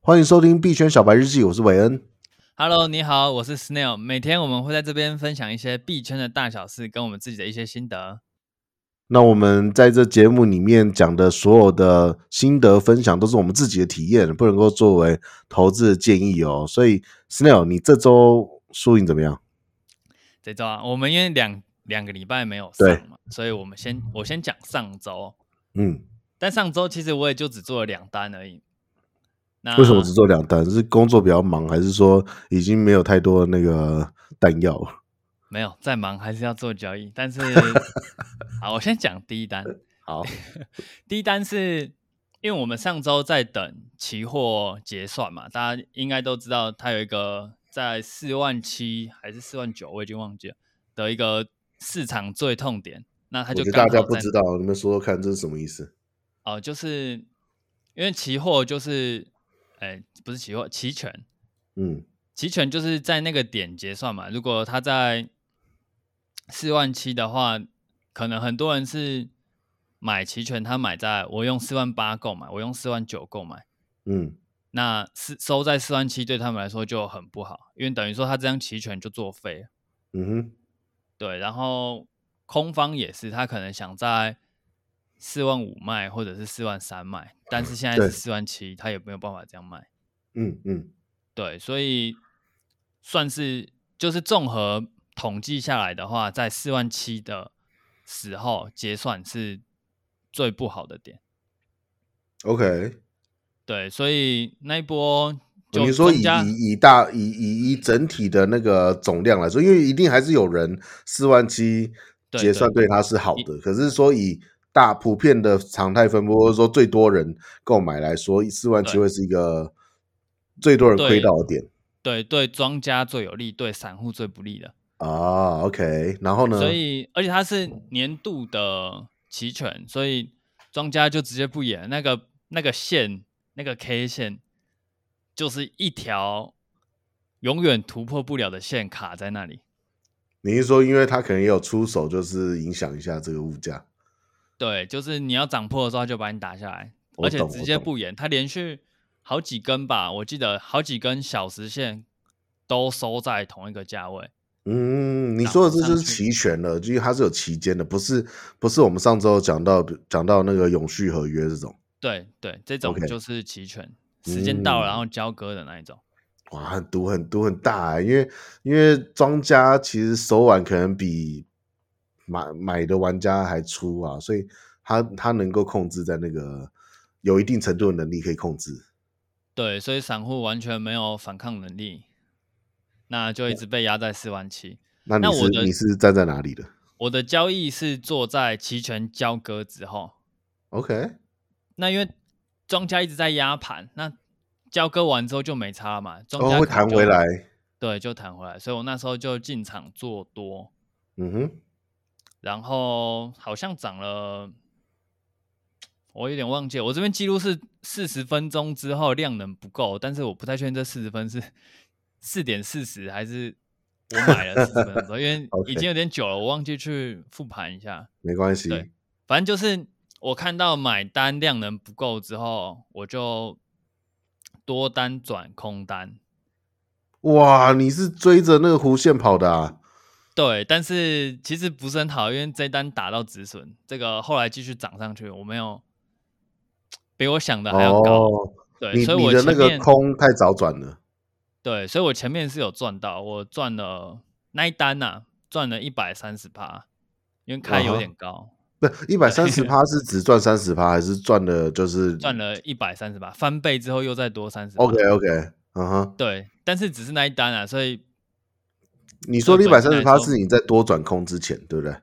欢迎收听币圈小白日记，我是韦恩。 Hello，你好，我是 Snail。每天我们会在这边分享一些币圈的大小事，跟我们自己的一些心得。那我们在这节目里面讲的所有的心得分享，都是我们自己的体验，不能够作为投资的建议哦。所以，Snail，你这周输赢怎么样？这周啊，我们因为两两个礼拜没有对上嘛，所以我们先我先讲上周。嗯，但上周其实我也就只做了两单而已。那为什么只做两单？是工作比较忙，还是说已经没有太多的那个弹药了？没有再忙，还是要做交易。 但是好，我先讲第一单。好，第一单是因为我们上周在等期货结算嘛，大家应该都知道，它有一个在四万七还是四万九，我已经忘记了的一个市场最痛点。那它我就觉得刚大好家不在知道，你们说说看这是什么意思？哦、就是因为期货就是，哎，不是期货，期权，嗯，期权就是在那个点结算嘛。如果它在四万七的话，可能很多人是买期权，他买在我用四万八购买，我用四万九购买，嗯，那是收在四万七对他们来说就很不好，因为等于说他这张期权就作废了。嗯哼，对，然后空方也是，他可能想在四万五卖或者是四万三卖，但是现在对是四万七，他也没有办法这样卖。嗯嗯，对，所以算是就是综合统计下来的话，在四万七的时候结算是最不好的点。 OK，对，所以那一波就哦你说增以加以以大以以以整体的那个总量来说，因为一定还是有人四万七对结算对对他是好的，可是说以大普遍的常态分布，或者说最多人购买来说，四万七对会是一个最多人亏对到的点对对庄家最有利，对散户最不利的。啊。OK，然后呢？所以，而且它是年度的期权，所以庄家就直接不演那个那个线，那个 K 线，就是一条永远突破不了的线卡在那里。你是说，因为他可能也有出手，就是影响一下这个物价？对，就是你要涨破的时候，它就把你打下来，我而且懂直我接懂不演，它连续好几根吧，我记得好几根小时线都收在同一个价位。嗯，你然说的后这上就是去期权了，因为它是有期间的，不是不是我们上周讲到讲到那个永续合约这种。对对，这种 OK 就是期权，时间到了然嗯后交割的那一种。哇，很毒很毒很大、欸，因为因为庄家其实手腕可能比买买的玩家还粗啊，所以他他能够控制在那个有一定程度的能力可以控制。对，所以散户完全没有反抗能力，那就一直被压在四万七。那你那是我的你是站在哪里的我的交易是做在期权交割之后， ？OK，那因为庄家一直在压盘，那交割完之后就没差了嘛，庄哦家会可能弹就回来，，对，就弹回来。所以我那时候就进场做多，嗯哼，然后好像涨了，我有点忘记了，我这边记录是四十分钟之后量能不够，但是我不太确定这四十分是四点四十还是我买了四十分钟，因为 OK 已经有点久了，我忘记去复盘一下。没关系，对反正就是我看到买单量能不够之后，我就多单转空单，哇，你是追着那个弧线跑的啊？对，但是其实不是很好，因为这单打到止损，这个后来继续涨上去，我没有比我想的还要高。哦，对，你所以你我的前那面个空太早转了，对，所以我前面是有赚到，我赚了那一单呐、赚了一百三十趴，因为啊开有哈点高，不，一百三十趴是只赚三十趴，还是赚的就是赚了一百三十趴，翻倍之后又再多三十。 ？OK OK，嗯哼。对，但是只是那一单啊，所以你说的一对百本三身十来趴说是你在多转空之前，对不对？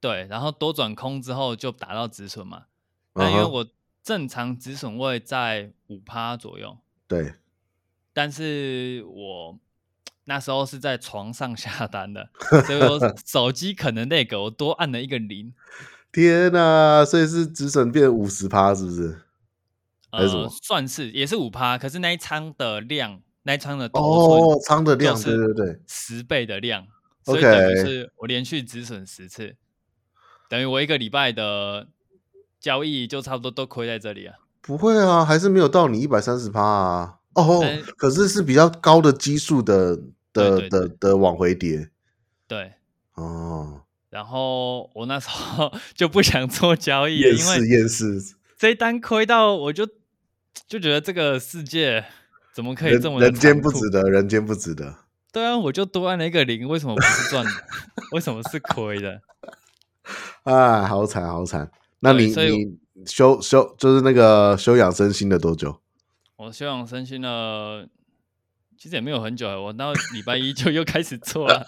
对，然后多转空之后就打到止损嘛。那嗯因为哼，我正常止损位在五趴左右，对，但是我那时候是在床上下单的，所 以我手机可能那个我多按了一个零，天哪、所以是止损变五十趴，是不是？还是什么呃，算是也是五趴，可是那一仓的量，那一仓的头哦，仓的寸量，就对对是对，十倍的量，所 OK 以等于是我连续止损十次，等于我一个礼拜的交易就差不多都亏在这里啊。不会啊，还是没有到你一百三十趴啊。哦但，可是是比较高的基数的的哎对对的的往回叠对。哦，然后我那时候 就不想做交易了，厌因为世厌世，这一单亏到我就就觉得这个世界怎么可以人这么的人间残不酷值得，人间不值得。对啊，我就多按了一个零，为什么不是赚的？ 为什么是亏的？啊，好惨好惨！那对你所以你休休就是那个休养生心了多久？我休养生息了，其实也没有很久啊，我到礼拜一就又开始做了。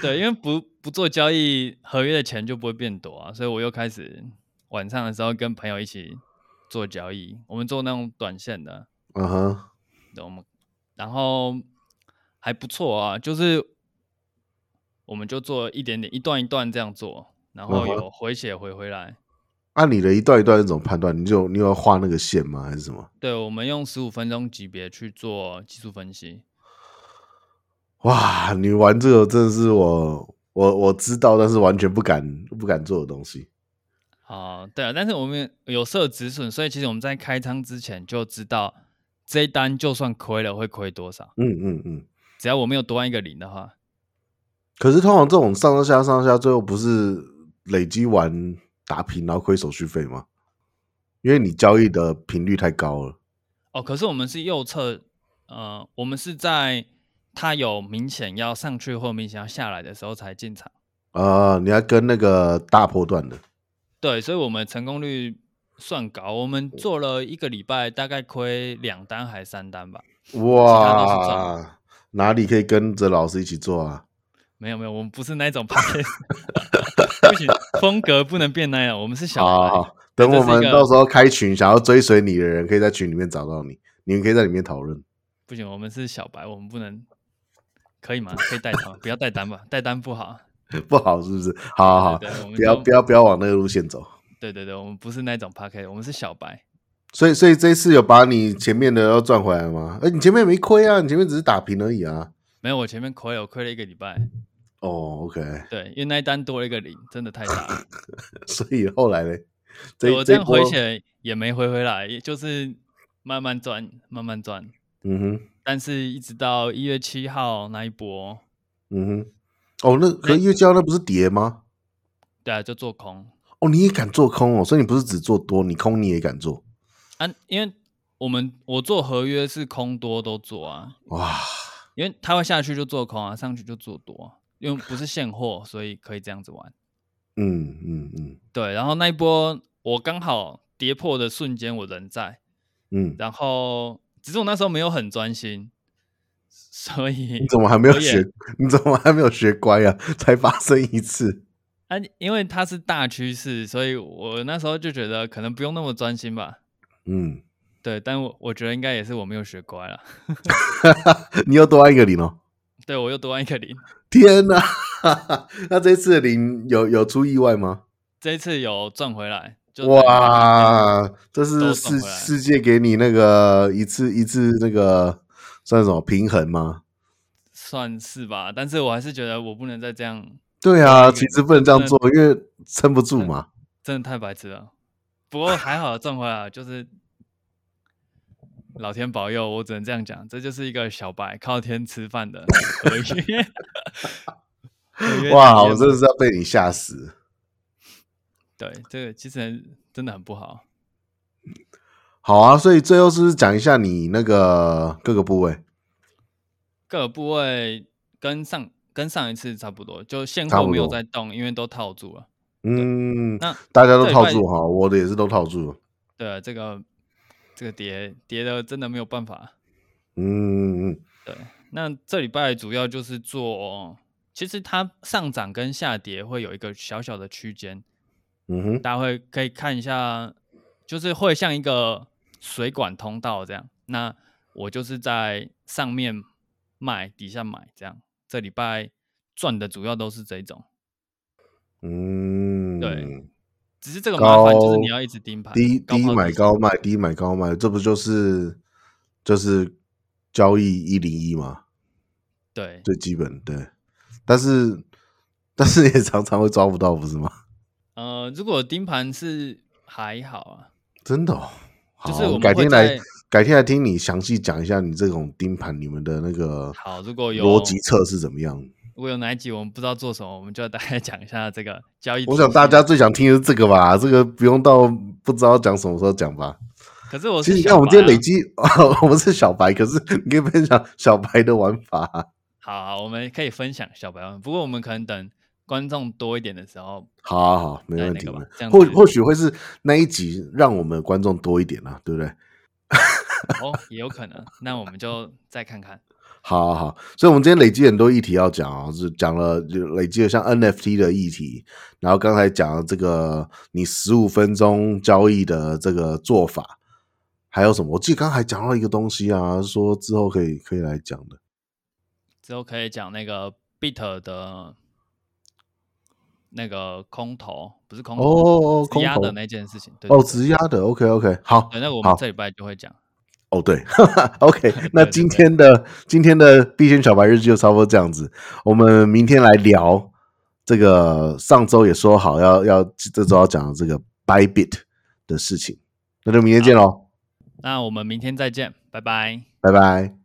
对，因为不不做交易，合约的钱就不会变多啊，所以我又开始晚上的时候跟朋友一起做交易，我们做那种短线的，嗯哼，懂吗？然后还不错啊，就是我们就做一点点，一段一段这样做，然后嗯哼有回血回回来。按、啊你的一段一段是怎么判断？你就你有画那个线吗？还是什么？对，我们用十五分钟级别去做技术分析。哇，你玩这个真的是我我我知道，但是完全不敢不敢做的东西。啊、对啊，但是我们有设止损，所以其实我们在开仓之前就知道这一单就算亏了会亏多少，嗯嗯嗯。只要我没有多按一个零的话，可是通常这种上上下上下，最后不是累积完打平，然后亏手续费吗？因为你交易的频率太高了。哦，可是我们是右侧，呃，我们是在它有明显要上去或明显要下来的时候才进场，啊！你要跟那个大波段的，对，所以我们成功率算高，我们做了一个礼拜，大概亏两单还三单吧，他都是赚哇，哪里可以跟着老师一起做啊？没有没有，我们不是那种 p a 不行，风格不能变那样，我们是小好白。啊好好，等这我是一们个到时候开群，想要追随你的人，可以在群里面找到你，你们可以在里面讨论。 不行，我们是小白，我们不能，可以吗？可以带单吗，不要带单吧，带单不好。啊不好是不是？好啊好好，对对对我们不要就不要不要往那个路线走。对对对，我们不是那种 p a c k e 我们是小白。所以所以这一次有把你前面的要赚回来吗？哎、你前面没亏啊，你前面只是打平而已啊。没有，我前面亏了，我亏了一个礼拜。哦，OK， 对，因为那一单多了一个零，真的太大了。所以后来嘞，对这我这这一样波回，血也没回回来，也就是慢慢赚，慢慢赚。嗯哼，但是一直到一月七号那一波，嗯哼，哦，那可月交那不是跌吗？对啊，就做空哦，你也敢做空哦，所以你不是只做多，你空你也敢做，啊，因为我们我做合约是空多都做啊，哇，因为它会下去就做空啊，上去就做多啊、因为不是现货，所以可以这样子玩。嗯嗯嗯对，然后那一波我刚好跌破的瞬间我人在，嗯，然后只是我那时候没有很专心，所以啊你怎么还没有我也学？ 你怎么还没有学乖啊？ 才发生一次，啊，因为它是大趋势，所以我那时候就觉得可能不用那么专心吧。嗯，对，但我我觉得应该也是我没有学乖了，你又多按一个零哦。对我又多按一个零。天哪、 那这次的零有有出意外吗？这一次有赚回来，就等于哇，这是都世送回来世界给你那个一次一次那个算什么平衡吗？算是吧，但是我还是觉得我不能再这样，对啊，那个其实不能这样做，因为撑不住嘛。真的太白痴了。不过还好赚回来，就是老天保佑，我只能这样讲，这就是一个小白靠天吃饭的合约。 合约哇，体验我真的是要被你吓死！对这个其实很真的很不好。好啊，所以最后是不是讲一下你那个各个部位？各个部位跟上跟上一次差不多，就现差不货多没有在动，因为都套住了。嗯那，大家都这一套块住哈，我的也是都套住了。对，这个这个跌跌的真的没有办法。嗯，嗯对，那这礼拜主要就是做，其实它上涨跟下跌会有一个小小的区间，嗯哼，大家会可以看一下，就是会像一个水管通道这样。那我就是在上面卖，底下买这样。这礼拜赚的主要都是这一种，嗯，对，只是这个麻高烦就是你要一直盯盘，低低抛买低高吸卖，低买高卖，这不就是就是交易一零一吗？对，最基本对，但是但是也常常会抓不到，不是吗？呃，如果盯盘是还好啊，真的、哦，就是好我们改会天来在改天来听你详细讲一下你这种盯盘你们的那个好如果有逻辑测试怎么样。如果有哪一集我们不知道做什么，我们就大概讲一下这个交易。 我想大家，最想听的是这个吧，这个不用到不知道讲什么时候讲吧。可是我其是实你小看，我们今天白啊累积， 我们是小白，可是你可以分享小白的玩法 啊。好好，我们可以分享小白们，不过我们可能等观众多一点的 时候，好好好，没哎问那题。个吧没问题这样或子或许会是那一集让我们观众多一点啊，对不对？哦，也有可能，那我们就再看看。好好好，所以我们今天累积很多议题要讲啊，是讲了就累积了像 NFT 的议题，然后刚才讲了这个你十五分钟交易的这个做法，还有什么？我记得刚才讲到一个东西啊，说之后可以可以来讲的。之后可以讲那个 Bit 的那个空投，不是空投，哦哦质押空投的那件事情。对哦，对对质押的，OK OK，好对，那个我好们这礼拜就会讲。哦，对 ，OK，那对今对天的今天的币圈小白日记就差不多这样子，我们明天来聊这个上周也说好要要这周要讲的这个 Bybit 的事情，那就明天见喽，那我们明天再见，拜拜。拜拜。